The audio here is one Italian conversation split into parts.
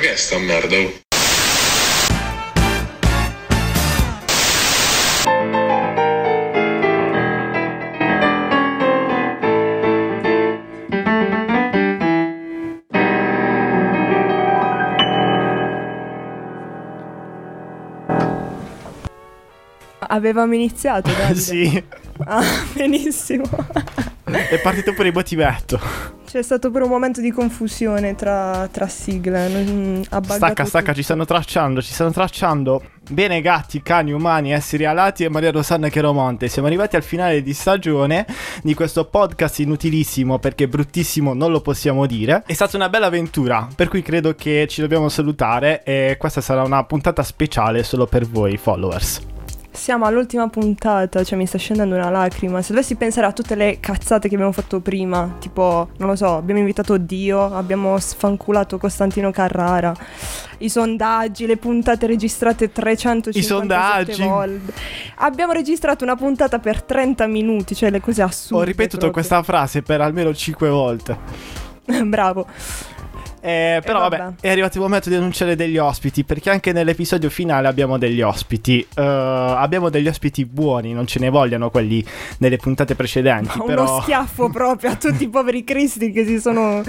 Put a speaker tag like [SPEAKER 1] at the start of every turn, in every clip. [SPEAKER 1] testa, merda. oh.
[SPEAKER 2] Avevamo iniziato, Davide.
[SPEAKER 3] Sì,
[SPEAKER 2] Ah, benissimo.
[SPEAKER 3] è partito per il battimetto.
[SPEAKER 2] C'è stato per un momento di confusione tra, tra sigle. non- mm, ha buggato
[SPEAKER 3] Stacca, stacca,
[SPEAKER 2] tutto.
[SPEAKER 3] ci stanno tracciando, ci stanno tracciando. Bene gatti, cani, umani, esseri alati e Maria Rosanna Cheromonte. Siamo arrivati al finale di stagione di questo podcast inutilissimo perché bruttissimo non lo possiamo dire. È stata una bella avventura, per cui credo che ci dobbiamo salutare e questa sarà una puntata speciale solo per voi followers.
[SPEAKER 2] Siamo all'ultima puntata, cioè mi sta scendendo una lacrima. Se dovessi pensare a tutte le cazzate che abbiamo fatto prima, tipo, non lo so, abbiamo invitato Dio, abbiamo sfanculato Costantino Carrara, i sondaggi, le puntate registrate 350
[SPEAKER 3] I sondaggi.
[SPEAKER 2] volte. Abbiamo registrato una puntata per 30 minuti, cioè le cose assurde.
[SPEAKER 3] Ho ripetuto
[SPEAKER 2] proprio.
[SPEAKER 3] questa frase per almeno 5 volte.
[SPEAKER 2] Bravo.
[SPEAKER 3] Eh, però
[SPEAKER 2] vabbè.
[SPEAKER 3] vabbè. è arrivato il momento di annunciare degli ospiti, perché anche nell'episodio finale abbiamo degli ospiti. Eh, abbiamo degli ospiti buoni, non ce ne vogliono quelli nelle puntate precedenti,
[SPEAKER 2] Ma
[SPEAKER 3] però
[SPEAKER 2] Uno schiaffo proprio a tutti i poveri cristi che si sono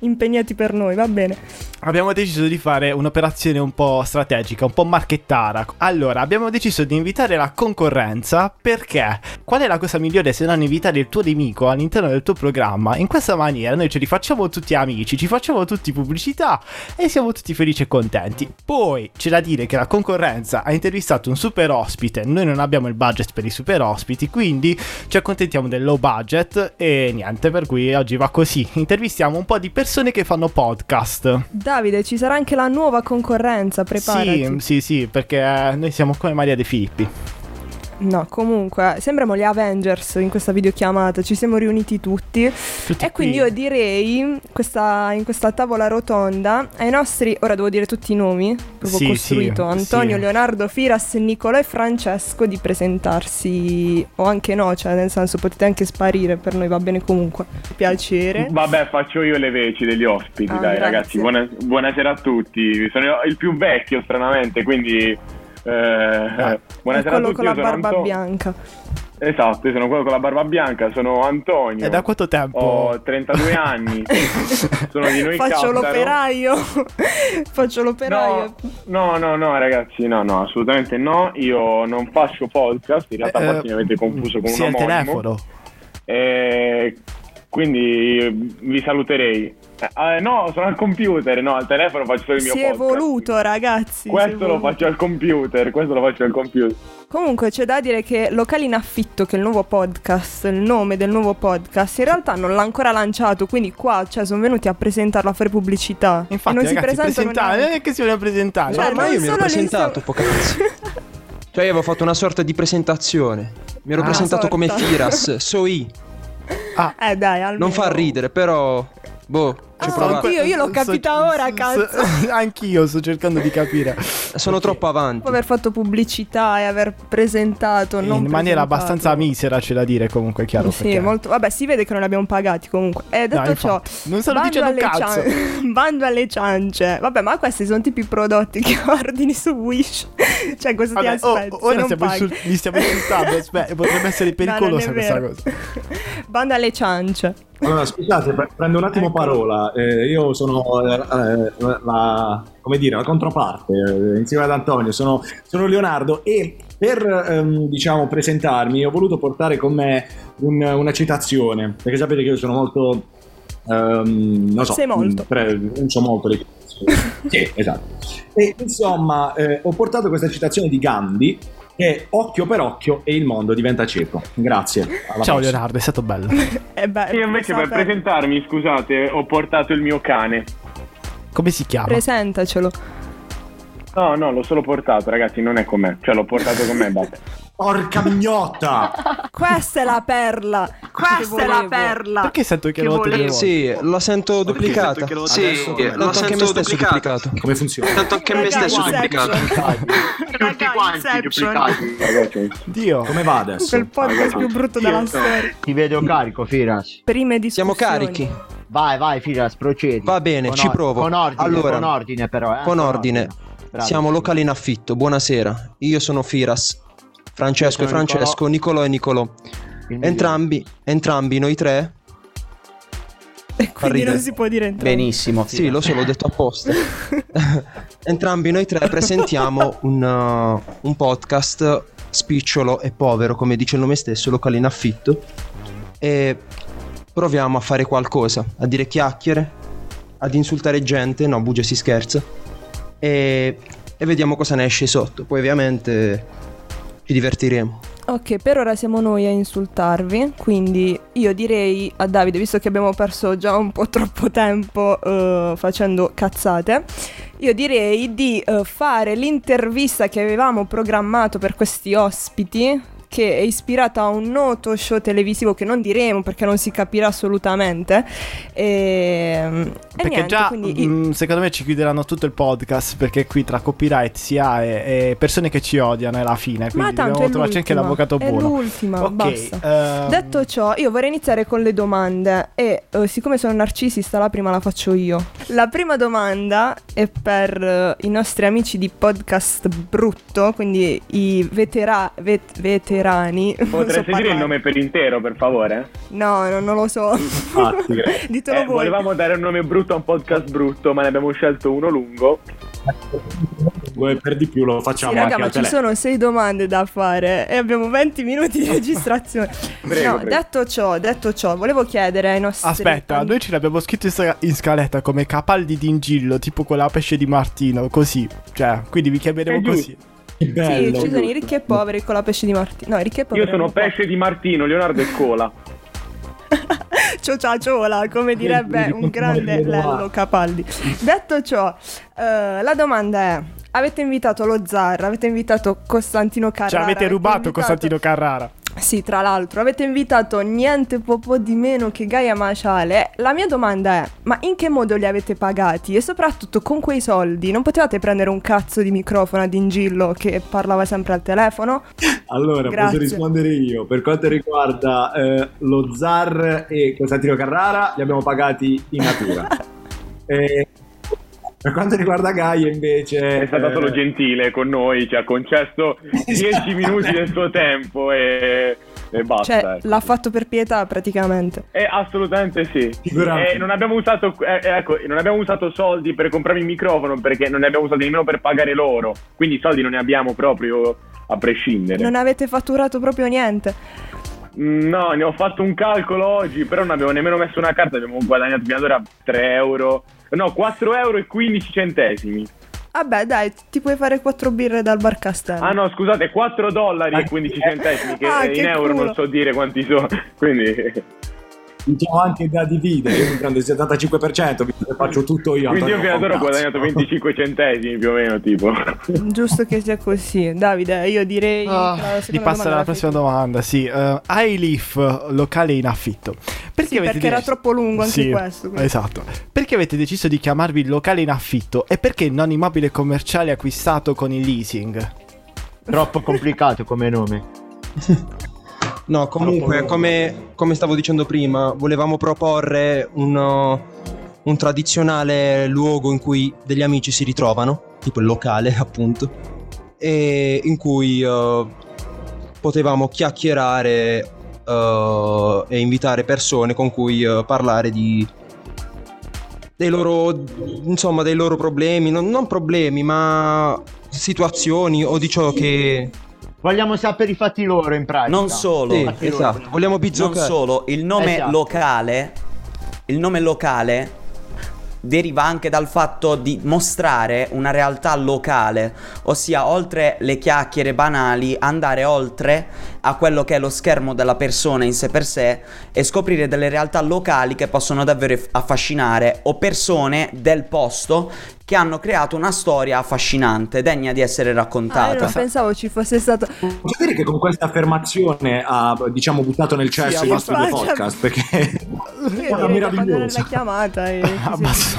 [SPEAKER 2] impegnati per noi, va bene.
[SPEAKER 3] abbiamo deciso di fare un'operazione un po' strategica, un po' marchettara. Allora, abbiamo deciso di invitare la concorrenza perché qual è la cosa migliore se non invitare il tuo nemico all'interno del tuo programma? In questa maniera noi ce li facciamo tutti amici, ci facciamo tutti pubblicità e siamo tutti felici e contenti. Poi c'è da dire che la concorrenza ha intervistato un super ospite, noi non abbiamo il budget per i super ospiti, quindi ci accontentiamo del low budget e niente, per cui oggi va così. Intervistiamo un po' di persone che fanno podcast.
[SPEAKER 2] Davide, ci sarà anche la nuova concorrenza, preparati.
[SPEAKER 3] Sì, sì, sì, perché eh, noi siamo come Maria De Filippi.
[SPEAKER 2] No, comunque, sembriamo gli Avengers in questa videochiamata, ci siamo riuniti tutti.
[SPEAKER 3] Tutti
[SPEAKER 2] E quindi
[SPEAKER 3] qui.
[SPEAKER 2] io direi, questa- in questa tavola rotonda, ai nostri, ora devo dire tutti i nomi, proprio
[SPEAKER 3] Sì,
[SPEAKER 2] costruito,
[SPEAKER 3] sì,
[SPEAKER 2] Antonio,
[SPEAKER 3] sì.
[SPEAKER 2] Leonardo, Firas, Nicolò e Francesco di presentarsi, o anche no, cioè nel senso potete anche sparire, per noi va bene comunque. Piacere.
[SPEAKER 4] Vabbè, faccio io le veci degli ospiti,
[SPEAKER 2] Ah,
[SPEAKER 4] dai
[SPEAKER 2] grazie.
[SPEAKER 4] ragazzi. Buona- buonasera a tutti. Sono il più vecchio, stranamente, quindi. eh, buonasera a
[SPEAKER 2] Ah, quello
[SPEAKER 4] tutti.
[SPEAKER 2] con
[SPEAKER 4] io
[SPEAKER 2] la
[SPEAKER 4] sono
[SPEAKER 2] barba
[SPEAKER 4] Anto-
[SPEAKER 2] bianca.
[SPEAKER 4] Esatto, io sono quello con la barba bianca. Sono Antonio.
[SPEAKER 3] E da quanto tempo?
[SPEAKER 4] Ho 32 anni. sono di noi
[SPEAKER 2] Faccio
[SPEAKER 4] Cazzaro.
[SPEAKER 2] l'operaio. Faccio l'operaio.
[SPEAKER 4] No, no, no, no, ragazzi, no, no, assolutamente no. Io non faccio podcast. In realtà,
[SPEAKER 3] Eh,
[SPEAKER 4] forse mi avete confuso con
[SPEAKER 3] sì,
[SPEAKER 4] un
[SPEAKER 3] al
[SPEAKER 4] omonimo.
[SPEAKER 3] telefono.
[SPEAKER 4] Eh, quindi vi saluterei. Eh, eh, no, sono al computer, no, al telefono faccio solo il mio
[SPEAKER 2] si è
[SPEAKER 4] podcast.
[SPEAKER 2] voluto, ragazzi. si
[SPEAKER 4] Questo
[SPEAKER 2] è
[SPEAKER 4] lo
[SPEAKER 2] voluto.
[SPEAKER 4] faccio al computer, questo lo faccio al computer.
[SPEAKER 2] Comunque c'è da dire che Locali in affitto, che è il nuovo podcast, il nome del nuovo podcast, in realtà non l'ha ancora lanciato, quindi qua cioè, sono venuti a presentarlo, a fare pubblicità.
[SPEAKER 3] Infatti,
[SPEAKER 2] e non
[SPEAKER 3] ragazzi,
[SPEAKER 2] si presentano
[SPEAKER 3] presentare, non
[SPEAKER 2] neanche.
[SPEAKER 3] è che si vuole presentare.
[SPEAKER 2] Cioè,
[SPEAKER 5] No, ma
[SPEAKER 2] non
[SPEAKER 5] io mi ero
[SPEAKER 2] solo lì
[SPEAKER 5] presentato
[SPEAKER 2] siamo-
[SPEAKER 5] poc'anzi. Cioè, io avevo fatto una sorta di presentazione. Mi ero
[SPEAKER 3] Ah,
[SPEAKER 5] presentato come
[SPEAKER 2] sorta.
[SPEAKER 5] Firas, Soi.
[SPEAKER 2] Eh dai, almeno.
[SPEAKER 5] Non fa ridere, però. Boh, ci ho
[SPEAKER 2] Ah,
[SPEAKER 5] provato.
[SPEAKER 2] Io- io l'ho capita ora, cazzo.
[SPEAKER 3] anch'io sto cercando di capire.
[SPEAKER 5] Sono troppo
[SPEAKER 2] Dopo
[SPEAKER 5] avanti.
[SPEAKER 2] aver fatto pubblicità e aver presentato
[SPEAKER 3] In
[SPEAKER 2] non
[SPEAKER 3] maniera
[SPEAKER 2] presentato.
[SPEAKER 3] abbastanza misera, c'è da dire comunque, è chiaro.
[SPEAKER 2] sì,
[SPEAKER 3] perché-
[SPEAKER 2] molto. Vabbè, si vede che non li abbiamo pagati comunque. E detto
[SPEAKER 3] No,
[SPEAKER 2] ciò,
[SPEAKER 3] infatti. Non stanno
[SPEAKER 2] bando
[SPEAKER 3] dicendo un
[SPEAKER 2] alle
[SPEAKER 3] cazzo.
[SPEAKER 2] cian- bando alle ciance. Vabbè, ma questi sono tipi prodotti che ordini su Wish. cioè, questo
[SPEAKER 3] Vabbè,
[SPEAKER 2] ti
[SPEAKER 3] oh,
[SPEAKER 2] aspetti.
[SPEAKER 3] ora
[SPEAKER 2] se non
[SPEAKER 3] stiamo
[SPEAKER 2] paghi.
[SPEAKER 3] insult- li stiamo insultando, aspe- potrebbe essere
[SPEAKER 2] No, non è
[SPEAKER 3] pericolosa questa
[SPEAKER 2] vero.
[SPEAKER 3] cosa.
[SPEAKER 2] Bando alle ciance.
[SPEAKER 6] Allora, scusate, pre- prendo un attimo
[SPEAKER 2] Ecco.
[SPEAKER 6] parola. Eh, io sono eh, eh, la, come dire, la controparte eh, insieme ad Antonio. Sono, sono Leonardo e per ehm, diciamo, presentarmi ho voluto portare con me un- una citazione perché sapete che io sono molto. ehm, non so,
[SPEAKER 2] Sei molto.
[SPEAKER 6] mh, pre- non so molto le citazioni. sì, esatto. E insomma, eh, ho portato questa citazione di Gandhi. Che occhio per occhio e il mondo diventa cieco. Grazie. alla
[SPEAKER 3] Ciao
[SPEAKER 6] prossima.
[SPEAKER 3] Leonardo, è stato bello.
[SPEAKER 2] E Eh beh,
[SPEAKER 4] Io invece per
[SPEAKER 2] lo sapevo.
[SPEAKER 4] presentarmi, scusate, ho portato il mio cane.
[SPEAKER 3] Come si chiama?
[SPEAKER 2] Presentacelo.
[SPEAKER 4] No, no, l'ho solo portato, ragazzi, non è con me. Cioè, l'ho portato con me, basta.
[SPEAKER 6] Porca mignotta!
[SPEAKER 2] Questa è la perla. Questa è la perla.
[SPEAKER 3] Perché sento che, lo volevo.
[SPEAKER 5] Sì, la sento duplicata.
[SPEAKER 7] Sì,
[SPEAKER 5] Tanto
[SPEAKER 7] lo sento
[SPEAKER 5] anche me stesso
[SPEAKER 7] duplicato.
[SPEAKER 5] duplicato.
[SPEAKER 6] Come funziona?
[SPEAKER 7] Tanto anche me
[SPEAKER 2] Ragazzi,
[SPEAKER 7] stesso
[SPEAKER 2] Inception.
[SPEAKER 7] duplicato. Tutti quanti duplicati.
[SPEAKER 4] Ragazzi,
[SPEAKER 3] Dio.
[SPEAKER 6] Come va adesso?
[SPEAKER 2] Quel podcast più brutto della storia.
[SPEAKER 8] Ti vedo carico, Firas.
[SPEAKER 2] Prime discussioni.
[SPEAKER 5] Siamo carichi.
[SPEAKER 1] Vai, vai, Firas, procedi.
[SPEAKER 5] Va bene,
[SPEAKER 1] Con
[SPEAKER 5] ci
[SPEAKER 1] or-
[SPEAKER 5] provo.
[SPEAKER 1] Con ordine,
[SPEAKER 5] Allora,
[SPEAKER 1] con ordine però. eh,
[SPEAKER 5] con ordine.
[SPEAKER 1] Bravo.
[SPEAKER 5] Siamo locali in affitto. Buonasera. Io sono Firas. Francesco e
[SPEAKER 1] Io sono
[SPEAKER 5] Francesco, Nicolò e Nicolò.
[SPEAKER 1] Il migliore.
[SPEAKER 5] Entrambi, entrambi noi tre?
[SPEAKER 2] E quindi
[SPEAKER 5] ridere.
[SPEAKER 2] non si può dire entrambi.
[SPEAKER 8] Benissimo.
[SPEAKER 5] Sì, lo so, l'ho detto apposta. entrambi noi tre presentiamo un, uh, un podcast spicciolo e povero, come dice il nome stesso, locale in affitto. E proviamo a fare qualcosa, a dire chiacchiere, ad insultare gente, no, bugia si scherza. E, e vediamo cosa ne esce sotto. Poi ovviamente ci divertiremo.
[SPEAKER 2] Ok, per ora siamo noi a insultarvi, quindi io direi a Davide, visto che abbiamo perso già un po' troppo tempo eh, facendo cazzate, io direi di eh, fare l'intervista che avevamo programmato per questi ospiti, che è ispirata a un noto show televisivo che non diremo perché non si capirà assolutamente. E, e
[SPEAKER 3] Perché
[SPEAKER 2] niente,
[SPEAKER 3] già
[SPEAKER 2] quindi i-
[SPEAKER 3] mm, secondo me ci chiuderanno tutto il podcast perché qui tra copyright sia e, e persone che ci odiano è la fine. Quindi
[SPEAKER 2] Ma tanto
[SPEAKER 3] dobbiamo
[SPEAKER 2] è
[SPEAKER 3] trovarci anche
[SPEAKER 2] l'ultima,
[SPEAKER 3] l'avvocato
[SPEAKER 2] è
[SPEAKER 3] buono.
[SPEAKER 2] l'ultima,
[SPEAKER 3] ok,
[SPEAKER 2] basta.
[SPEAKER 3] ehm,
[SPEAKER 2] Detto ciò, io vorrei iniziare con le domande e eh, siccome sono narcisista la prima la faccio io. La prima domanda è per eh, i nostri amici di podcast brutto, quindi i vetera- vet- veterani. non so
[SPEAKER 4] Potreste dire il
[SPEAKER 2] parlare.
[SPEAKER 4] nome per intero, per favore?
[SPEAKER 2] No, no, non lo so.
[SPEAKER 6] Infatti, grazie.
[SPEAKER 2] Ditelo
[SPEAKER 4] Eh,
[SPEAKER 2] voi.
[SPEAKER 4] volevamo dare un nome brutto a un podcast brutto, ma ne abbiamo scelto uno lungo.
[SPEAKER 6] Vuoi per di più lo
[SPEAKER 2] Sì,
[SPEAKER 6] facciamo
[SPEAKER 2] raga,
[SPEAKER 6] anche
[SPEAKER 2] ma
[SPEAKER 6] al
[SPEAKER 2] ci
[SPEAKER 6] telefono.
[SPEAKER 2] sono sei domande da fare e abbiamo 20 minuti di registrazione.
[SPEAKER 4] Prego,
[SPEAKER 2] no,
[SPEAKER 4] prego.
[SPEAKER 2] detto ciò, detto ciò, volevo chiedere ai nostri
[SPEAKER 3] Aspetta, noi ce l'abbiamo scritto in, sca- in scaletta come capaldi d'ingillo, tipo quella pesce di Martino, così. Cioè, quindi vi chiameremo
[SPEAKER 4] È giusto.
[SPEAKER 3] così.
[SPEAKER 6] Che
[SPEAKER 2] Sì,
[SPEAKER 6] bello.
[SPEAKER 2] ci sono i ricchi e poveri con la pesce di Martino. No, i ricchi e poveri.
[SPEAKER 4] Io sono
[SPEAKER 2] non qua.
[SPEAKER 4] pesce di Martino, Leonardo e Cola.
[SPEAKER 2] Ciao ciao ciola, come direbbe un grande Lello Capaldi. Detto ciò, eh, la domanda è: avete invitato lo zar, avete invitato Costantino Carrara?
[SPEAKER 3] Cioè, avete rubato
[SPEAKER 2] invitato-
[SPEAKER 3] Costantino Carrara.
[SPEAKER 2] Sì, tra l'altro, avete invitato niente po' po' di meno che Gaia Maciale. La mia domanda è: ma in che modo li avete pagati? E soprattutto con quei soldi non potevate prendere un cazzo di microfono ad Ingillo che parlava sempre al telefono?
[SPEAKER 6] Allora,
[SPEAKER 2] Grazie.
[SPEAKER 6] posso rispondere io. Per quanto riguarda eh, lo Zar e Costantino Carrara, li abbiamo pagati in natura. E per quanto riguarda Gaia, invece... eh,
[SPEAKER 4] È stato solo gentile con noi, ci ha concesso 10 minuti del suo tempo e, e
[SPEAKER 3] Ah,
[SPEAKER 4] basta.
[SPEAKER 2] cioè,
[SPEAKER 3] certo.
[SPEAKER 4] ecco.
[SPEAKER 2] l'ha fatto per pietà praticamente.
[SPEAKER 4] Eh, assolutamente sì.
[SPEAKER 6] Figurati.
[SPEAKER 4] Eh, non abbiamo usato eh, ecco, non abbiamo usato soldi per comprarmi il microfono perché non ne abbiamo usati nemmeno per pagare loro. Quindi i soldi non ne abbiamo proprio a prescindere.
[SPEAKER 2] Non avete fatturato proprio niente.
[SPEAKER 4] Mm, No, ne ho fatto un calcolo oggi, però non abbiamo nemmeno messo una carta, abbiamo guadagnato fino ad ora 3 euro. No, 4 euro e 15 centesimi.
[SPEAKER 2] Vabbè, dai, ti puoi fare quattro birre dal bar Castello.
[SPEAKER 4] Ah no, scusate, 4
[SPEAKER 6] Ah,
[SPEAKER 4] dollari e 15 centesimi, che
[SPEAKER 2] Ah,
[SPEAKER 4] in
[SPEAKER 2] che
[SPEAKER 4] euro
[SPEAKER 2] culo.
[SPEAKER 4] non so dire quanti sono. Quindi,
[SPEAKER 6] Diciamo anche da dividere, io mi prendo il 75%, visto che faccio tutto io.
[SPEAKER 4] quindi io
[SPEAKER 6] Antonio,
[SPEAKER 4] fino ad ora ho
[SPEAKER 6] cazzo.
[SPEAKER 4] guadagnato 25 centesimi più o meno, tipo.
[SPEAKER 2] Giusto che sia così. Davide, io direi...
[SPEAKER 3] Ah,
[SPEAKER 2] la
[SPEAKER 3] Di
[SPEAKER 2] seconda
[SPEAKER 3] passare alla
[SPEAKER 2] domanda
[SPEAKER 3] prossima domanda, sì. Eh, iLeaf, locale in affitto. Perché
[SPEAKER 2] Sì,
[SPEAKER 3] avete
[SPEAKER 2] perché era
[SPEAKER 3] deciso-
[SPEAKER 2] troppo lungo anche
[SPEAKER 3] Sì,
[SPEAKER 2] questo, quindi. Ah,
[SPEAKER 3] Esatto. Perché avete deciso di chiamarvi locale in affitto e perché non immobile commerciale acquistato con il leasing?
[SPEAKER 1] Troppo complicato come nome.
[SPEAKER 5] No, comunque, come, come stavo dicendo prima, volevamo proporre un, un tradizionale luogo in cui degli amici si ritrovano, tipo il locale appunto, e in cui eh, potevamo chiacchierare eh, e invitare persone con cui eh, parlare di... Dei loro, insomma, dei loro problemi, non, non problemi, ma situazioni o di ciò che...
[SPEAKER 1] Vogliamo sapere i fatti loro in pratica.
[SPEAKER 8] Non solo,
[SPEAKER 5] Sì,
[SPEAKER 1] Fatti loro.
[SPEAKER 5] esatto. Vogliamo
[SPEAKER 8] non
[SPEAKER 5] bizzocca.
[SPEAKER 8] solo, il nome
[SPEAKER 1] Esatto.
[SPEAKER 8] locale, il nome locale deriva anche dal fatto di mostrare una realtà locale, ossia oltre le chiacchiere banali, andare oltre a quello che è lo schermo della persona in sé per sé e scoprire delle realtà locali che possono davvero eff- affascinare o persone del posto che hanno creato una storia affascinante, degna di essere
[SPEAKER 2] Ah, io
[SPEAKER 8] raccontata.
[SPEAKER 2] non pensavo ci fosse stato...
[SPEAKER 6] Posso dire che con questa affermazione ha, diciamo, buttato nel cesso
[SPEAKER 2] Sì,
[SPEAKER 6] il nostro
[SPEAKER 2] abbastanza.
[SPEAKER 6] podcast, perché...
[SPEAKER 2] Io direi
[SPEAKER 6] Era
[SPEAKER 2] di abbandonare
[SPEAKER 6] meraviglioso.
[SPEAKER 2] la chiamata e...
[SPEAKER 3] Ah, basta.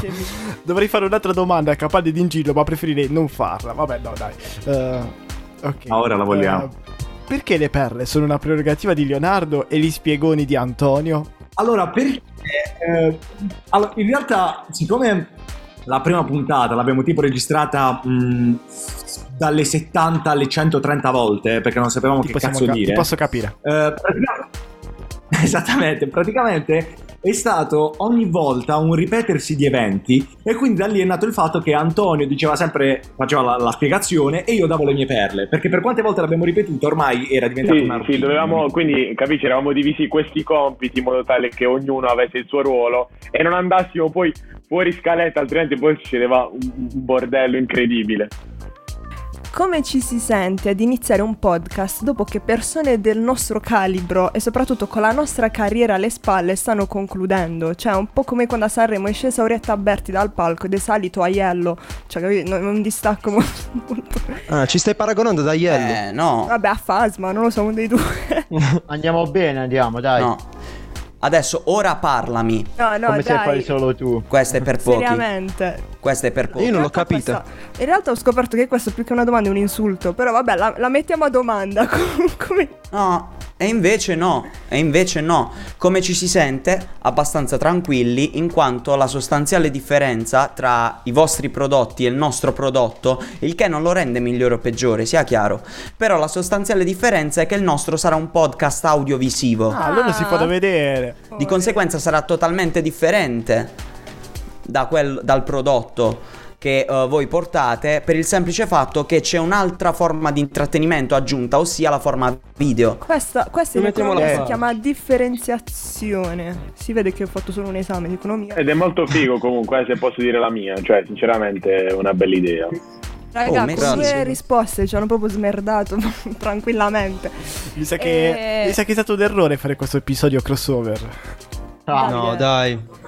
[SPEAKER 3] Dovrei fare un'altra domanda a capace di ingillo, ma preferirei non farla. Vabbè, no, dai. Eh, ok.
[SPEAKER 6] Ma ora la vogliamo.
[SPEAKER 3] Eh, perché le perle sono una prerogativa di Leonardo e gli spiegoni di Antonio?
[SPEAKER 6] Allora, perché eh, allora, in realtà, siccome la prima puntata l'abbiamo tipo registrata mh, dalle 70 alle 130 volte, eh, perché non sapevamo
[SPEAKER 3] Ti,
[SPEAKER 6] che
[SPEAKER 3] possiamo
[SPEAKER 6] cazzo
[SPEAKER 3] ca- ti
[SPEAKER 6] dire.
[SPEAKER 3] posso capire.
[SPEAKER 6] Eh, pratica- Esattamente, praticamente è stato ogni volta un ripetersi di eventi e quindi da lì è nato il fatto che Antonio diceva sempre, faceva la, la spiegazione e io davo le mie perle, perché per quante volte l'abbiamo ripetuto ormai era diventato
[SPEAKER 4] Sì,
[SPEAKER 6] una
[SPEAKER 4] sì,
[SPEAKER 6] routine.
[SPEAKER 4] dovevamo, quindi capisci, eravamo divisi questi compiti in modo tale che ognuno avesse il suo ruolo e non andassimo poi fuori scaletta, altrimenti poi succedeva un un bordello incredibile.
[SPEAKER 2] Come ci si sente ad iniziare un podcast dopo che persone del nostro calibro e soprattutto con la nostra carriera alle spalle stanno concludendo? Cioè, è un po' come quando a Sanremo è scesa Orietta Berti dal palco ed è salito Aiello. Cioè, capito? Non- Un distacco molto.
[SPEAKER 5] Ah, ci stai paragonando da Iello?
[SPEAKER 8] Eh, no.
[SPEAKER 2] Vabbè, a Fasma, non lo so, uno dei due.
[SPEAKER 1] Andiamo bene, andiamo, dai.
[SPEAKER 8] No. Adesso ora parlami.
[SPEAKER 2] No, no,
[SPEAKER 1] Come se fai
[SPEAKER 2] dai.
[SPEAKER 1] solo tu.
[SPEAKER 8] Questa è per pochi.
[SPEAKER 2] Seriamente.
[SPEAKER 8] Questa è per
[SPEAKER 5] Io
[SPEAKER 8] pochi.
[SPEAKER 5] non l'ho
[SPEAKER 2] In realtà
[SPEAKER 5] capita.
[SPEAKER 2] questa- in realtà ho scoperto che questo più che una domanda è un insulto, però vabbè, la, la mettiamo a domanda. Come...
[SPEAKER 8] No. E invece no, e invece no. Come ci si sente? Abbastanza tranquilli, in quanto la sostanziale differenza tra i vostri prodotti e il nostro prodotto, il che non lo rende migliore o peggiore, sia chiaro. Però la sostanziale differenza è che il nostro sarà un podcast audiovisivo.
[SPEAKER 3] Ah, allora si fa da vedere.
[SPEAKER 8] Di conseguenza sarà totalmente differente da quel- dal prodotto che eh, voi portate per il semplice fatto che c'è un'altra forma di intrattenimento aggiunta, ossia la forma video.
[SPEAKER 2] Questa, questa in
[SPEAKER 5] Lo mettiamo
[SPEAKER 2] economia
[SPEAKER 5] là.
[SPEAKER 2] si chiama differenziazione. Si vede che ho fatto solo un esame di economia.
[SPEAKER 4] Ed è molto figo comunque, eh, se posso dire la mia, cioè sinceramente è una bella idea.
[SPEAKER 2] Raga,
[SPEAKER 8] messo
[SPEAKER 2] con due
[SPEAKER 8] insieme.
[SPEAKER 2] risposte ci hanno proprio smerdato tranquillamente.
[SPEAKER 3] Mi sa, che,
[SPEAKER 2] Eh.
[SPEAKER 3] mi sa che è stato un errore fare questo episodio crossover.
[SPEAKER 1] Ah,
[SPEAKER 5] No,
[SPEAKER 2] eh.
[SPEAKER 5] dai.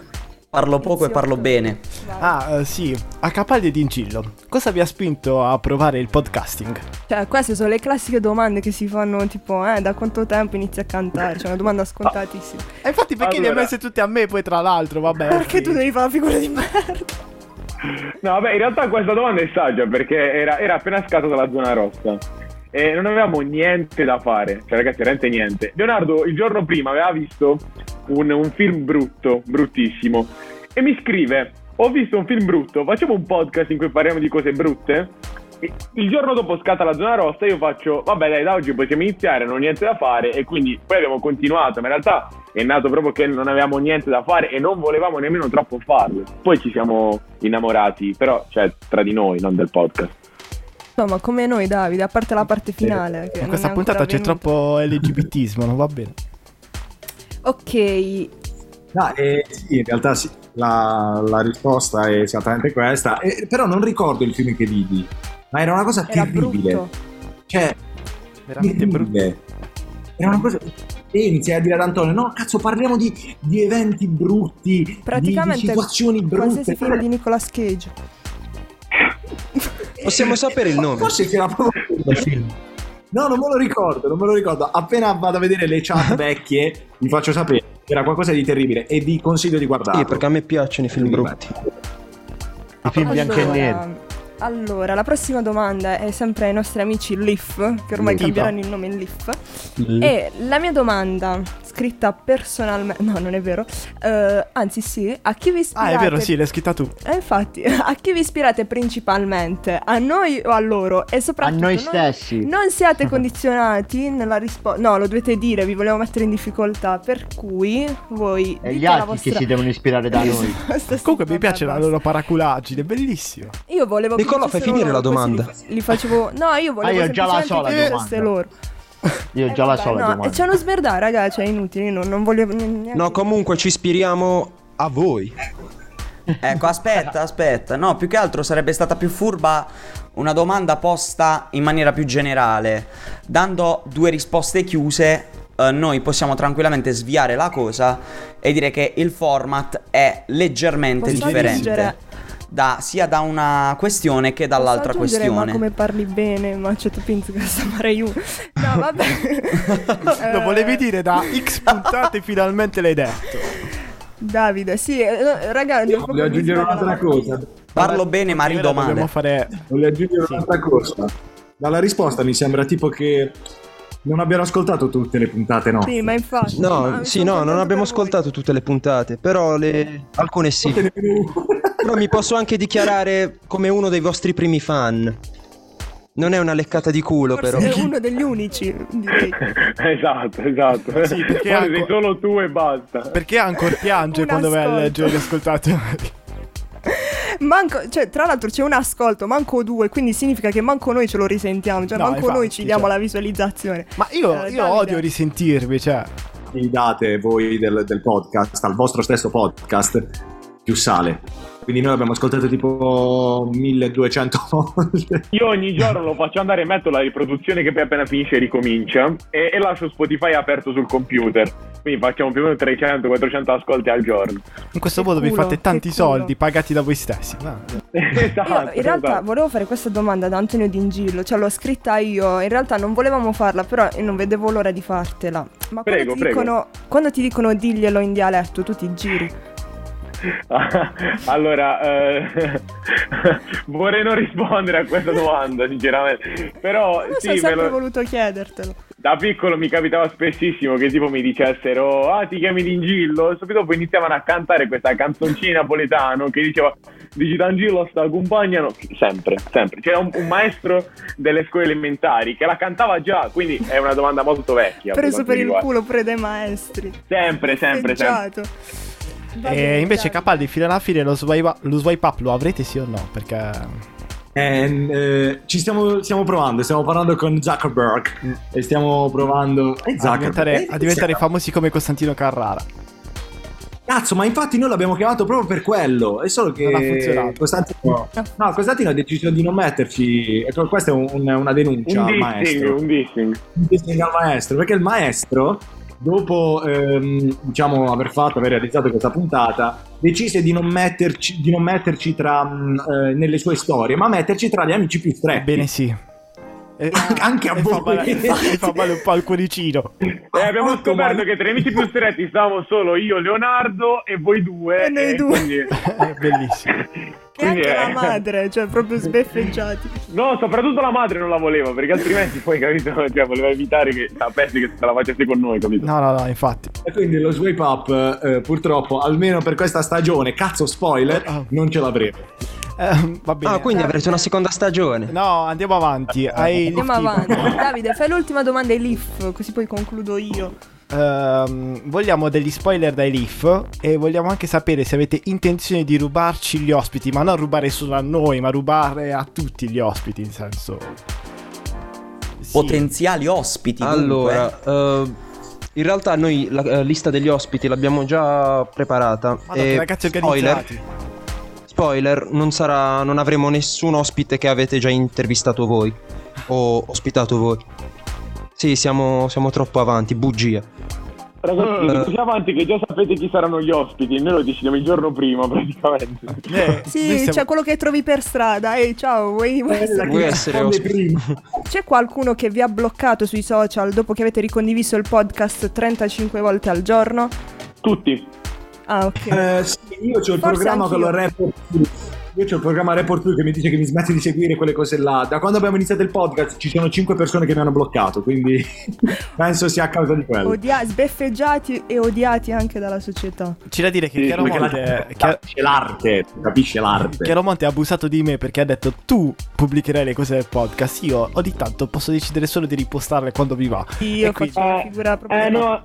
[SPEAKER 8] Parlo poco e parlo bene.
[SPEAKER 3] Ah, eh, sì, a Capaldi e D'Incillo, cosa vi ha spinto a provare il podcasting?
[SPEAKER 2] Cioè, queste sono le classiche domande che si fanno tipo, eh, da quanto tempo inizi a cantare? Cioè, una
[SPEAKER 6] Ah.
[SPEAKER 2] domanda scontatissima.
[SPEAKER 3] E infatti perché li
[SPEAKER 4] Allora.
[SPEAKER 3] hai messe tutte a me poi tra l'altro, vabbè.
[SPEAKER 6] Eh,
[SPEAKER 2] Perché
[SPEAKER 3] sì.
[SPEAKER 2] tu devi fare la figura di merda?
[SPEAKER 4] No, vabbè, in realtà questa domanda è saggia perché era, era appena scattata la zona rossa e non avevamo niente da fare, cioè ragazzi, veramente niente. Leonardo il giorno prima aveva visto un, un film brutto, bruttissimo, e mi scrive, ho visto un film brutto, facciamo un podcast in cui parliamo di cose brutte? E Il giorno dopo scatta la zona rossa, io faccio, vabbè dai, da oggi possiamo iniziare, non ho niente da fare, e quindi poi abbiamo continuato, ma in realtà è nato proprio che non avevamo niente da fare e non volevamo nemmeno troppo farlo. Poi ci siamo innamorati, però, cioè, tra di noi, non del podcast.
[SPEAKER 2] Insomma, come noi, Davide, a parte la parte finale. che
[SPEAKER 3] In
[SPEAKER 2] non
[SPEAKER 3] questa
[SPEAKER 2] è
[SPEAKER 3] puntata
[SPEAKER 2] ancora
[SPEAKER 3] c'è
[SPEAKER 2] avvenuta.
[SPEAKER 3] troppo LGBTismo, non va bene.
[SPEAKER 2] Ok,
[SPEAKER 6] No, eh, sì, in realtà sì, la, la risposta è esattamente questa, Eh, però non ricordo il film che vidi, ma era una cosa
[SPEAKER 2] era
[SPEAKER 6] terribile.
[SPEAKER 2] brutto.
[SPEAKER 6] Cioè,
[SPEAKER 3] Veramente brutto.
[SPEAKER 6] terribile. Era una cosa... E iniziai a dire ad Antonio, no cazzo parliamo di, di eventi brutti, di-
[SPEAKER 2] Praticamente
[SPEAKER 6] di, situazioni
[SPEAKER 2] Qualsiasi
[SPEAKER 6] brutte.
[SPEAKER 2] film di Nicolas Cage.
[SPEAKER 5] Possiamo sapere il nome?
[SPEAKER 6] Forse c'era proprio il film. No, non me lo ricordo, non me lo ricordo. Appena vado a vedere le chat vecchie, vi faccio sapere. Era qualcosa di terribile e vi consiglio di guardarlo.
[SPEAKER 5] Sì, perché a me piacciono i film brutti.
[SPEAKER 1] I film bianco e nero.
[SPEAKER 2] allora, la prossima domanda è sempre ai nostri amici LIF, che ormai
[SPEAKER 3] Lifa.
[SPEAKER 2] cambieranno il nome in LIF. E la mia domanda, scritta personalmente... No, non è vero. Eh, anzi sì, a chi vi
[SPEAKER 3] Ah,
[SPEAKER 2] ispirate?
[SPEAKER 3] è vero, sì, l'hai scritta tu.
[SPEAKER 2] Eh, infatti, a chi vi ispirate principalmente? A noi o a loro? E
[SPEAKER 1] A
[SPEAKER 2] soprattutto...
[SPEAKER 1] noi
[SPEAKER 2] non-
[SPEAKER 1] stessi.
[SPEAKER 2] Non siate condizionati nella risposta. No, lo dovete dire, vi volevo mettere in difficoltà. Per cui voi.
[SPEAKER 1] E
[SPEAKER 2] dite
[SPEAKER 1] gli
[SPEAKER 2] la
[SPEAKER 1] altri
[SPEAKER 2] vostra
[SPEAKER 1] che si devono ispirare da noi.
[SPEAKER 2] risposta sì,
[SPEAKER 3] Comunque mi
[SPEAKER 2] vabbè,
[SPEAKER 3] piace la
[SPEAKER 2] basta.
[SPEAKER 3] loro paraculaggine, bellissimo.
[SPEAKER 2] Io volevo. che
[SPEAKER 5] Nicola,
[SPEAKER 2] ci
[SPEAKER 5] fai
[SPEAKER 2] fossero
[SPEAKER 5] finire
[SPEAKER 2] loro,
[SPEAKER 5] la
[SPEAKER 2] così
[SPEAKER 5] domanda.
[SPEAKER 2] Li, fa- li facevo. No, io volevo.
[SPEAKER 1] Ah, io già la so
[SPEAKER 2] semplicemente
[SPEAKER 1] la
[SPEAKER 2] che ci
[SPEAKER 1] domanda.
[SPEAKER 2] fossero loro.
[SPEAKER 1] Io ho
[SPEAKER 2] Eh,
[SPEAKER 1] già la
[SPEAKER 2] vabbè,
[SPEAKER 1] so la
[SPEAKER 2] no,
[SPEAKER 1] domanda.
[SPEAKER 2] E ci hanno smerdato, raga, cioè, inutili. Non, non voglio.
[SPEAKER 5] No, comunque ci ispiriamo a voi.
[SPEAKER 8] Ecco, aspetta, aspetta. No, più che altro sarebbe stata più furba una domanda posta in maniera più generale. Dando due risposte chiuse, eh, noi possiamo tranquillamente sviare la cosa e dire che il format è leggermente
[SPEAKER 2] Posso
[SPEAKER 8] differente.
[SPEAKER 2] aggiungere-
[SPEAKER 8] Da, sia da una questione che dall'altra
[SPEAKER 2] Posso aggiungere, Ma
[SPEAKER 8] questione.
[SPEAKER 2] come parli bene, ma c'è tu pensi che sta mare io. No, vabbè.
[SPEAKER 3] Lo volevi
[SPEAKER 2] Eh,
[SPEAKER 3] dire da X puntate, finalmente l'hai detto.
[SPEAKER 2] Davide, sì, eh, no, raga,
[SPEAKER 6] Io voglio aggiungere un'altra cosa.
[SPEAKER 8] Parlo bene, ma
[SPEAKER 3] Ora
[SPEAKER 8] ridomande.
[SPEAKER 3] Dobbiamo fare...
[SPEAKER 6] Voglio aggiungere un'altra cosa. Dalla risposta mi sembra tipo che non abbiano ascoltato tutte le puntate, no.
[SPEAKER 2] Sì, ma infatti. Ah,
[SPEAKER 5] No, sì, no, non abbiamo ascoltato tutte le puntate, però le... alcune sì.
[SPEAKER 6] Tutte le-
[SPEAKER 5] Però mi posso anche dichiarare come uno dei vostri primi fan. Non è una leccata di culo,
[SPEAKER 2] Forse
[SPEAKER 5] però.
[SPEAKER 2] è uno degli unici. direi.
[SPEAKER 4] esatto, esatto.
[SPEAKER 3] Sì, perché
[SPEAKER 4] Guarda,
[SPEAKER 3] anche-
[SPEAKER 4] sei solo tu e basta.
[SPEAKER 3] Perché Anchor piange
[SPEAKER 2] Un
[SPEAKER 3] quando vai a
[SPEAKER 2] ascolto.
[SPEAKER 3] leggere gli ascoltati?
[SPEAKER 2] Manco, cioè, tra l'altro c'è un ascolto, manco due, quindi significa che manco noi ce lo risentiamo, cioè
[SPEAKER 3] No,
[SPEAKER 2] manco noi
[SPEAKER 3] infatti,
[SPEAKER 2] ci diamo
[SPEAKER 3] cioè.
[SPEAKER 2] la visualizzazione.
[SPEAKER 3] Ma io,
[SPEAKER 2] Eh,
[SPEAKER 3] io
[SPEAKER 2] Davide.
[SPEAKER 3] odio risentirvi, cioè.
[SPEAKER 6] Gli date voi del, del podcast, al vostro stesso podcast, più sale. Quindi noi abbiamo ascoltato tipo 1200 volte.
[SPEAKER 4] Io ogni giorno lo faccio andare e metto la riproduzione che poi appena finisce ricomincia e, e lascio Spotify aperto sul computer. Quindi facciamo più o meno 300-400 ascolti al giorno.
[SPEAKER 3] In questo
[SPEAKER 2] Che
[SPEAKER 3] modo vi
[SPEAKER 2] culo,
[SPEAKER 3] fate tanti
[SPEAKER 2] che culo.
[SPEAKER 3] soldi pagati da voi stessi. Ma-
[SPEAKER 4] esatto.
[SPEAKER 2] Io in realtà
[SPEAKER 4] esatto.
[SPEAKER 2] volevo fare questa domanda ad Antonio D'Ingillo, cioè l'ho scritta io, in realtà non volevamo farla, però non vedevo l'ora di fartela. Ma
[SPEAKER 4] Prego,
[SPEAKER 2] quando, ti
[SPEAKER 4] prego.
[SPEAKER 2] Dicono, quando ti dicono diglielo in dialetto, tu ti giri.
[SPEAKER 4] allora, eh, vorrei non rispondere a questa domanda, sinceramente. Però
[SPEAKER 2] Non lo so, ho
[SPEAKER 4] sì, me
[SPEAKER 2] sempre
[SPEAKER 4] lo-
[SPEAKER 2] voluto chiedertelo.
[SPEAKER 4] da piccolo mi capitava spessissimo che tipo mi dicessero ah ti chiami D'Ingillo e subito dopo iniziavano a cantare questa canzoncina napoletano che diceva dici D'Angillo sta compagnano sempre sempre c'era un, un maestro delle scuole elementari che la cantava già quindi è una domanda molto vecchia
[SPEAKER 2] Preso
[SPEAKER 4] quanto
[SPEAKER 2] per
[SPEAKER 4] mi
[SPEAKER 2] il
[SPEAKER 4] riguarda.
[SPEAKER 2] culo pure dai maestri.
[SPEAKER 4] sempre sempre sempre
[SPEAKER 2] Peggiato. Va bene,
[SPEAKER 3] E Eh, invece
[SPEAKER 2] dai.
[SPEAKER 3] Capaldi fino alla fine lo swipe, lo swipe up lo avrete sì o no? Perché...
[SPEAKER 6] Eh, eh, ci stiamo, stiamo provando, stiamo parlando con Zuckerberg e stiamo provando
[SPEAKER 3] A
[SPEAKER 6] Zuckerberg.
[SPEAKER 3] diventare, a
[SPEAKER 6] Eh,
[SPEAKER 3] diventare
[SPEAKER 6] siamo-
[SPEAKER 3] famosi come Costantino Carrara.
[SPEAKER 6] Cazzo, ma infatti noi l'abbiamo chiamato proprio per quello. È solo che
[SPEAKER 3] Non ha funzionato.
[SPEAKER 6] Eh, Costantino, no, Costantino ha deciso di non metterci. ecco, Questa è un- un- una denuncia
[SPEAKER 4] un
[SPEAKER 6] al
[SPEAKER 4] dissing
[SPEAKER 6] maestro.
[SPEAKER 4] un dissing
[SPEAKER 6] Un dissing al maestro, perché il maestro, dopo ehm, diciamo aver fatto, aver realizzato questa puntata, decise di non metterci, di non metterci tra, mh, eh, nelle sue storie, ma metterci tra gli amici più stretti.
[SPEAKER 3] Bene sì. E-
[SPEAKER 6] Anche a
[SPEAKER 3] e fa
[SPEAKER 6] voi.
[SPEAKER 3] male- e fa- e fa male un po' al cuoricino.
[SPEAKER 2] Ah,
[SPEAKER 4] e Eh, abbiamo
[SPEAKER 6] Porco
[SPEAKER 4] scoperto
[SPEAKER 6] mal-
[SPEAKER 4] che tra i amici più stretti stavamo solo io Leonardo e voi due
[SPEAKER 2] E noi due.
[SPEAKER 4] quindi-
[SPEAKER 3] È bellissimo.
[SPEAKER 2] E anche
[SPEAKER 4] Quindi,
[SPEAKER 2] la
[SPEAKER 4] eh.
[SPEAKER 2] madre, cioè proprio sbeffeggiati.
[SPEAKER 4] No, soprattutto la madre non la voleva, perché altrimenti poi, capito, cioè, voleva evitare che sapessi che te la facessi con noi, capito?
[SPEAKER 3] No, no, no, infatti.
[SPEAKER 6] E quindi lo swipe up, eh, purtroppo, almeno per questa stagione, cazzo
[SPEAKER 3] Ah.
[SPEAKER 6] spoiler, non ce l'avremo.
[SPEAKER 3] Eh, va bene.
[SPEAKER 5] Ah, quindi avrete una seconda stagione.
[SPEAKER 3] No, andiamo avanti. Hai
[SPEAKER 2] Andiamo
[SPEAKER 3] il tipo-
[SPEAKER 2] avanti. Davide, fai l'ultima domanda ai Leaf, così poi concludo io.
[SPEAKER 3] Ehm, vogliamo degli spoiler dai Leaf e vogliamo anche sapere se avete intenzione di rubarci gli ospiti, ma non rubare solo a noi, ma rubare a tutti gli ospiti, in senso... Sì.
[SPEAKER 8] Potenziali ospiti. dunque.
[SPEAKER 5] Allora, eh, in realtà noi la eh, lista degli ospiti l'abbiamo già preparata.
[SPEAKER 3] Madonna, che ragazzi
[SPEAKER 5] spoiler,
[SPEAKER 3] organizzati.
[SPEAKER 5] spoiler, non, sarà, non avremo nessun ospite che avete già intervistato voi o ospitato voi. Sì, siamo, siamo troppo avanti, bugia.
[SPEAKER 4] Ragazzi,
[SPEAKER 5] Eh.
[SPEAKER 4] andiamo avanti che già sapete chi saranno gli ospiti, noi lo decidiamo il giorno prima, praticamente.
[SPEAKER 3] Eh,
[SPEAKER 2] Sì, cioè-
[SPEAKER 3] noi
[SPEAKER 2] c'è
[SPEAKER 3] siamo-
[SPEAKER 2] quello che trovi per strada. Ehi, ciao, vuoi- vuoi essere-
[SPEAKER 5] Vuoi essere ospite?
[SPEAKER 2] C'è qualcuno che vi ha bloccato sui social dopo che avete ricondiviso il podcast 35 volte al giorno?
[SPEAKER 4] Tutti.
[SPEAKER 2] Ah, ok.
[SPEAKER 6] Eh, sì, io c'ho
[SPEAKER 2] Forse
[SPEAKER 6] il programma con
[SPEAKER 2] anch'io.
[SPEAKER 6] la Report Tool. Io c'ho il programma Report Tool che mi dice che mi smetti di seguire quelle cose là. Da quando abbiamo iniziato il podcast ci sono 5 persone che mi hanno bloccato, quindi penso sia a causa di quello.
[SPEAKER 2] Odia- sbeffeggiati e odiati anche dalla società.
[SPEAKER 3] C'è da dire che
[SPEAKER 4] Sì,
[SPEAKER 3] Chiaro
[SPEAKER 6] Perché la- Ah,
[SPEAKER 3] Monte- Chiaro-
[SPEAKER 6] capisce l'arte, capisce l'arte.
[SPEAKER 3] Chiaro Monte ha abusato di me perché ha detto tu pubblicherai le cose del podcast, io ogni tanto posso decidere solo di ripostarle quando vi va.
[SPEAKER 2] Io
[SPEAKER 5] Eh,
[SPEAKER 3] E quindi-
[SPEAKER 2] faccio una figura proprio.
[SPEAKER 4] Eh no,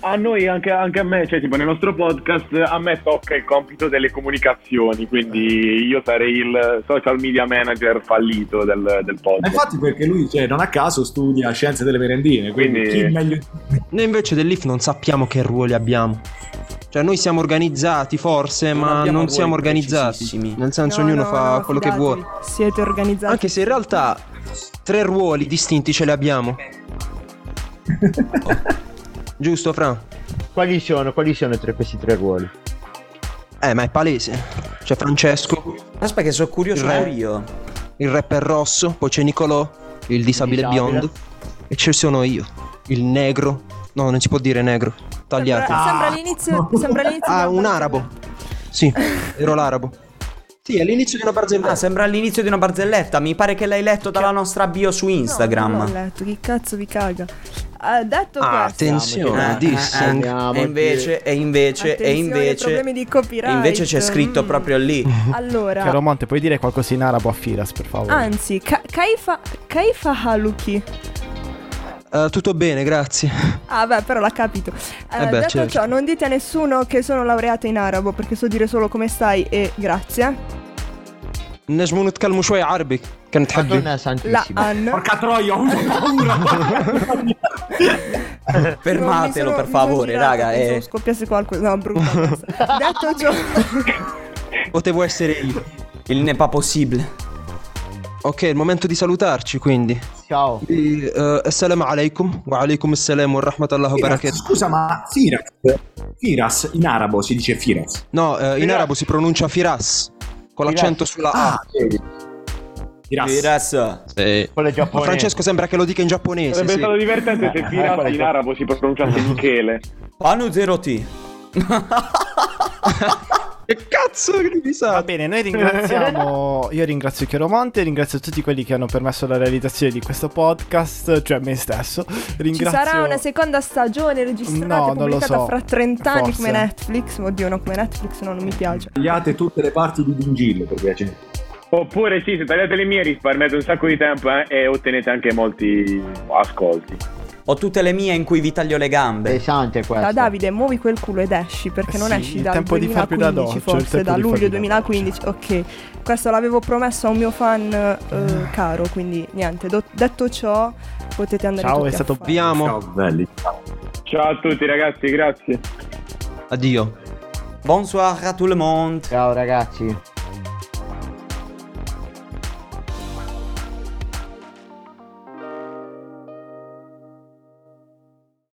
[SPEAKER 4] a noi, anche, anche a me, cioè tipo nel nostro podcast, a me tocca il compito delle comunicazioni, quindi io sarei il social media manager fallito del, del
[SPEAKER 6] Ma
[SPEAKER 4] podcast.
[SPEAKER 6] Eh, infatti perché lui cioè, non a caso studia scienze delle merendine, quindi,
[SPEAKER 4] Quindi-
[SPEAKER 6] chi meglio
[SPEAKER 5] Noi invece dell'IF non sappiamo che ruoli abbiamo. Cioè, noi siamo organizzati forse,
[SPEAKER 8] Non
[SPEAKER 5] ma
[SPEAKER 8] abbiamo
[SPEAKER 5] non siamo
[SPEAKER 8] ruoli
[SPEAKER 5] organizzati.
[SPEAKER 8] precisissimi.
[SPEAKER 5] Nel senso, ognuno fa quello che vuole.
[SPEAKER 2] Siete organizzati.
[SPEAKER 5] Anche se in realtà tre ruoli distinti ce li abbiamo. Giusto, Fra?
[SPEAKER 1] Quali sono? Quali sono tre- questi tre ruoli?
[SPEAKER 5] Eh, ma è palese. C'è Francesco,
[SPEAKER 8] Aspetta, che sono curioso
[SPEAKER 5] Il re.
[SPEAKER 8] pure io.
[SPEAKER 5] il rapper rosso, poi c'è Nicolò, il disabile,
[SPEAKER 1] Disabile.
[SPEAKER 5] biondo. E ci sono io, il negro. No, non si può dire negro. Tagliate.
[SPEAKER 2] Sembra, sembra l'inizio. Sembra l'inizio
[SPEAKER 5] Ah,
[SPEAKER 2] di una
[SPEAKER 5] un arabo. Sì, ero l'arabo. Sì, è l'inizio di una
[SPEAKER 8] Ah,
[SPEAKER 5] barzelletta.
[SPEAKER 8] sembra all'inizio di una barzelletta. Mi pare che l'hai letto dalla nostra bio su
[SPEAKER 2] No, non
[SPEAKER 8] Instagram.
[SPEAKER 2] l'ho letto, chi cazzo vi caga? ha detto questo.
[SPEAKER 5] Ah, Attenzione,
[SPEAKER 8] Eh,
[SPEAKER 5] dissing.
[SPEAKER 8] eh, eh. E invece, e invece, e
[SPEAKER 2] Attenzione,
[SPEAKER 8] invece.
[SPEAKER 2] problemi di copyright.
[SPEAKER 8] e invece c'è scritto
[SPEAKER 2] Mm.
[SPEAKER 8] proprio lì.
[SPEAKER 2] Allora,
[SPEAKER 3] Caro Monte, puoi dire qualcosa in arabo a Firas, per favore?
[SPEAKER 2] anzi, Ka- Kaifa, Kaifa Haluki.
[SPEAKER 5] Eh, tutto bene, grazie.
[SPEAKER 2] Ah, beh, però l'ha capito. Eh,
[SPEAKER 5] Eh beh,
[SPEAKER 2] detto
[SPEAKER 5] certo.
[SPEAKER 2] ciò, non dite a nessuno che sono laureata in arabo perché so dire solo come stai e grazie.
[SPEAKER 5] نجمو نتكلموا شوية عربي كان تحبي
[SPEAKER 1] Madonna
[SPEAKER 2] La
[SPEAKER 1] santissima.
[SPEAKER 2] An.
[SPEAKER 6] Porca troia, ho avuto paura.
[SPEAKER 8] Fermatelo, per favore, raga. eh.
[SPEAKER 2] E... Scoppiasse qualcosa. No, brutta. questa. detto ciò,
[SPEAKER 5] potevo essere io.
[SPEAKER 8] Il nepa possibile.
[SPEAKER 5] Ok, è il momento di salutarci quindi.
[SPEAKER 1] Ciao.
[SPEAKER 5] Eh, eh, assalamu alaikum, wa alaikum assalam wa rahmatullah wa
[SPEAKER 6] Firas,
[SPEAKER 5] barakatuh.
[SPEAKER 6] Scusa, ma Firas, Firas in arabo si dice Firas.
[SPEAKER 5] No, eh, in
[SPEAKER 4] Firas.
[SPEAKER 5] arabo si pronuncia firas, con l'accento sulla A.
[SPEAKER 6] vedi. Ah, Firas.
[SPEAKER 8] Firas.
[SPEAKER 5] Sì.
[SPEAKER 1] Quello
[SPEAKER 5] Ma
[SPEAKER 1] è giapponese.
[SPEAKER 5] Francesco sembra che lo dica in giapponese.
[SPEAKER 4] Sarebbe
[SPEAKER 5] sì.
[SPEAKER 4] stato divertente se Firas in arabo si pronunciasse Michele.
[SPEAKER 8] Panu 0T.
[SPEAKER 5] Che cazzo che mi sa?
[SPEAKER 3] Va bene, noi ringraziamo. Io ringrazio Chiaromonte, ringrazio tutti quelli che hanno permesso la realizzazione di questo podcast, cioè me stesso.
[SPEAKER 2] ci
[SPEAKER 3] Ringrazio...
[SPEAKER 2] sarà una seconda stagione
[SPEAKER 3] No,
[SPEAKER 2] registrata e
[SPEAKER 3] non lo
[SPEAKER 2] pubblicata
[SPEAKER 3] so.
[SPEAKER 2] fra 30 anni
[SPEAKER 3] Forse.
[SPEAKER 2] come Netflix. Oddio, no, come Netflix, no, non mi piace.
[SPEAKER 6] Tagliate tutte le parti di Dingil, perché c'è.
[SPEAKER 4] Oppure sì, se tagliate le mie risparmiate un sacco di tempo eh, e ottenete anche molti ascolti.
[SPEAKER 8] Ho tutte le mie in cui vi taglio le gambe.
[SPEAKER 1] Pesante questo.
[SPEAKER 2] Da Davide, muovi quel culo ed esci perché non
[SPEAKER 3] Eh Sì,
[SPEAKER 2] esci
[SPEAKER 3] il
[SPEAKER 2] dal
[SPEAKER 3] tempo di farvi
[SPEAKER 2] 2015
[SPEAKER 3] la doccia, il
[SPEAKER 2] forse,
[SPEAKER 3] tempo
[SPEAKER 2] da
[SPEAKER 3] di
[SPEAKER 2] luglio
[SPEAKER 3] farvi la
[SPEAKER 2] 2015. Ok, questo l'avevo promesso a un mio fan eh, caro, quindi niente. do- detto ciò, potete andare
[SPEAKER 3] Ciao,
[SPEAKER 2] tutti
[SPEAKER 3] è
[SPEAKER 2] a
[SPEAKER 3] stato
[SPEAKER 2] fare.
[SPEAKER 5] Vi amo.
[SPEAKER 6] Ciao, belli.
[SPEAKER 4] Ciao a tutti ragazzi, grazie.
[SPEAKER 5] Addio.
[SPEAKER 8] Bonsoir à tout le monde.
[SPEAKER 1] Ciao ragazzi.